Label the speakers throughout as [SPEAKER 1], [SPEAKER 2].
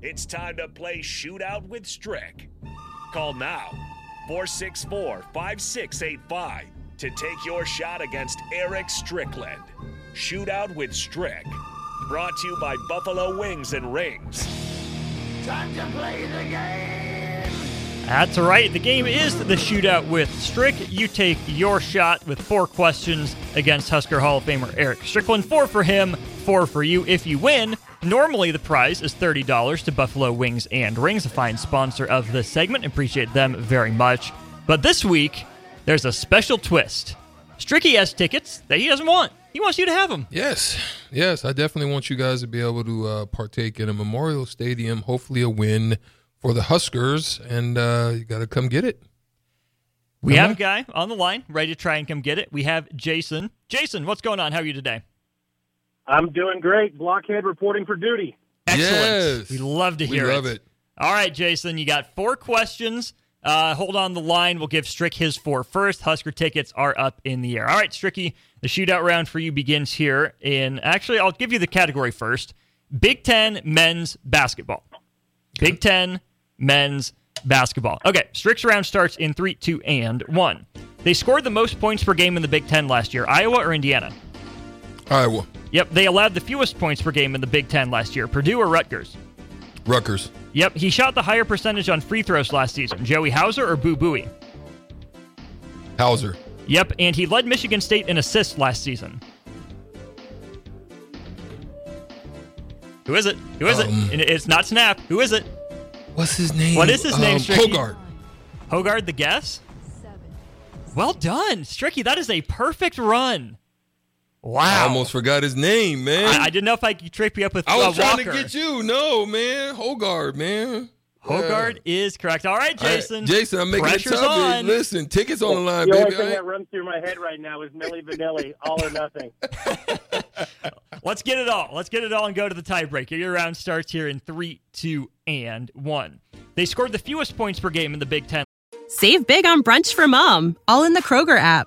[SPEAKER 1] It's time to play Shootout with Strick. Call now 464 5685 to take your shot against Eric Strickland. Shootout with Strick. Brought to you by Buffalo Wings and Rings.
[SPEAKER 2] Time to play the game!
[SPEAKER 3] That's right. The game is the shootout with Strick. You take your shot with four questions against Husker Hall of Famer Eric Strickland. Four for him, four for you. If you win, normally the prize is $30 to Buffalo Wings and Rings, a fine sponsor of this segment. Appreciate them very much. But this week, there's a special twist. Stricky has tickets that he doesn't want. He wants you to have them.
[SPEAKER 4] Yes, yes, I definitely want you guys to be able to uh, partake in a Memorial Stadium, hopefully a win for the Huskers, and uh, you got to come get it.
[SPEAKER 3] We
[SPEAKER 4] Come
[SPEAKER 3] have a
[SPEAKER 4] on.
[SPEAKER 3] guy on the line ready to try and come get it. We have Jason. Jason, what's going on? How are you today?
[SPEAKER 5] I'm doing great. Blockhead reporting for duty.
[SPEAKER 3] Excellent.
[SPEAKER 4] Yes.
[SPEAKER 3] We love to
[SPEAKER 4] We
[SPEAKER 3] hear it.
[SPEAKER 4] love it.
[SPEAKER 3] All right, Jason, you got four questions. Uh, hold on the line. We'll give Strick his four first. Husker tickets are up in the air. All right, Stricky, the shootout round for you begins here. And actually, I'll give you the category first Big Ten men's basketball. Big Ten men's basketball. Okay, Strick's round starts in three, two, and one. They scored the most points per game in the Big Ten last year Iowa or Indiana?
[SPEAKER 4] Iowa,
[SPEAKER 3] Yep, they allowed the fewest points per game in the Big Ten last year Purdue or Rutgers?
[SPEAKER 4] Rutgers,
[SPEAKER 3] Yep, he shot the higher percentage on free throws last season. Joey Hauser or Boo Booey?
[SPEAKER 4] Hauser,
[SPEAKER 3] Yep, and he led Michigan State in assists last season. Who is it? Who is
[SPEAKER 4] Um.
[SPEAKER 3] it? And It's not Snap. Who is it?
[SPEAKER 4] what's his name?
[SPEAKER 3] What is his name,
[SPEAKER 4] Um,
[SPEAKER 3] Stricky?
[SPEAKER 4] Hogard.
[SPEAKER 3] Hogard the guess? Well done, Stricky. That is a perfect run.
[SPEAKER 4] I
[SPEAKER 3] Wow.
[SPEAKER 4] almost forgot his name, man.
[SPEAKER 3] I, I didn't know if I could trip you up with
[SPEAKER 4] I was
[SPEAKER 3] uh,
[SPEAKER 4] trying
[SPEAKER 3] Walker.
[SPEAKER 4] to get you. No, man, Hogard, man.
[SPEAKER 3] Hogard is correct. All right,
[SPEAKER 4] All right,
[SPEAKER 3] Jason.
[SPEAKER 4] Jason, I'm making
[SPEAKER 3] Pressure's
[SPEAKER 4] it tough. here.
[SPEAKER 3] on.
[SPEAKER 4] Listen, tickets on the line,
[SPEAKER 5] the only
[SPEAKER 4] uh, baby.
[SPEAKER 5] thing
[SPEAKER 4] I
[SPEAKER 5] that
[SPEAKER 4] ain't-
[SPEAKER 5] runs through my head right now is Millie Vanilli, all or nothing.
[SPEAKER 3] Let's get it all. Let's get it all and go to the tiebreaker. Your round starts here in three, two, and one. They scored the fewest points per game in the Big Ten
[SPEAKER 6] Save big on brunch for mom, all in the Kroger app.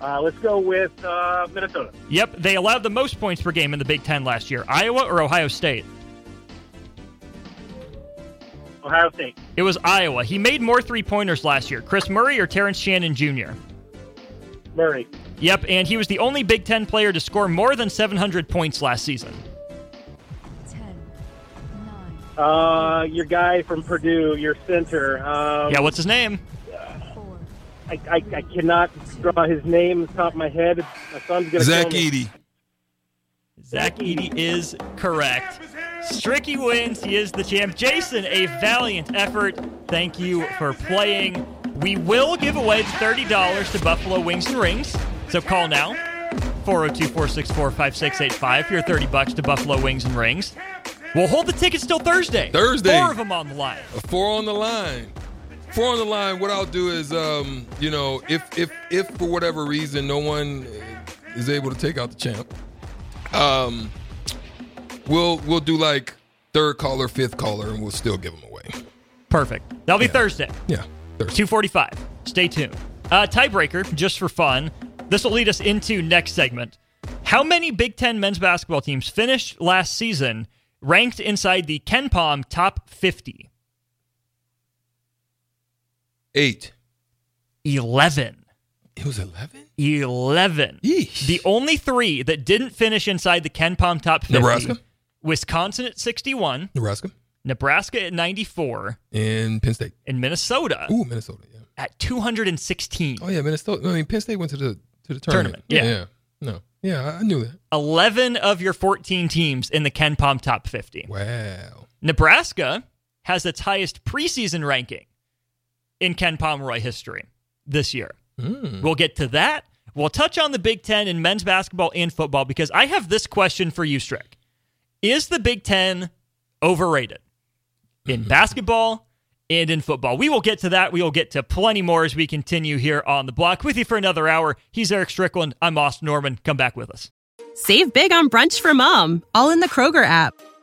[SPEAKER 5] Uh, let's go with uh, Minnesota.
[SPEAKER 3] Yep, they allowed the most points per game in the Big Ten last year. Iowa or Ohio State?
[SPEAKER 5] Ohio State.
[SPEAKER 3] It was Iowa. He made more three pointers last year. Chris Murray or Terrence Shannon Jr.?
[SPEAKER 5] Murray.
[SPEAKER 3] Yep, and he was the only Big Ten player to score more than 700 points last season.
[SPEAKER 5] Uh, your guy from Purdue, your center. Um,
[SPEAKER 3] Yeah, what's his name?
[SPEAKER 5] I, I, I cannot draw his name off the top of my head. My son's going to
[SPEAKER 4] Zach
[SPEAKER 5] kill me.
[SPEAKER 4] Eady.
[SPEAKER 3] Zach Eady is correct. Stricky wins. He is the champ. Jason, a valiant effort. Thank you for playing. We will give away the $30 to Buffalo Wings and Rings. So call now 402 464 5685 for your 30 bucks to Buffalo Wings and Rings. We'll hold the tickets till Thursday.
[SPEAKER 4] Thursday.
[SPEAKER 3] Four of them on the line.
[SPEAKER 4] Four on the line. Four on the line. What I'll do is, um, you know, if if if for whatever reason no one is able to take out the champ, um, we'll we'll do like third caller, fifth caller, and we'll still give them away.
[SPEAKER 3] Perfect. That'll be
[SPEAKER 4] Yeah.
[SPEAKER 3] Thursday.
[SPEAKER 4] Yeah. Thursday.
[SPEAKER 3] 245. Stay tuned. Uh, tiebreaker, just for fun. This will lead us into next segment. How many Big Ten men's basketball teams finished last season ranked inside the Ken Palm top 50?
[SPEAKER 4] Eight.
[SPEAKER 3] 11.
[SPEAKER 4] It was eleven.
[SPEAKER 3] 11.
[SPEAKER 4] Yeesh.
[SPEAKER 3] The only three that didn't finish inside the Ken Palm top 50
[SPEAKER 4] Nebraska?
[SPEAKER 3] Wisconsin at 61,
[SPEAKER 4] Nebraska
[SPEAKER 3] Nebraska at 94,
[SPEAKER 4] and Penn State.
[SPEAKER 3] and Minnesota
[SPEAKER 4] Ooh, Minnesota. Yeah.
[SPEAKER 3] at 216.
[SPEAKER 4] Oh yeah, Minnesota. I mean, Penn State went to the to the tournament.
[SPEAKER 3] Tournament, yeah.
[SPEAKER 4] yeah. No. Yeah, I- I knew that.
[SPEAKER 3] 11 of your 14 teams in the Ken Palm top 50.
[SPEAKER 4] Wow.
[SPEAKER 3] Nebraska has its highest preseason ranking in Ken Pomeroy history this year. We'll get to that. We'll touch on the Big Ten in men's basketball and football because I have this question for you, Strick. Is the Big Ten overrated in basketball and in football? We will get to that. We will get to plenty more as we continue here on the block with you for another hour. He's Eric Strickland. I'm Austin Norman. Come back with us.
[SPEAKER 6] Save big on brunch for mom, all in the Kroger app.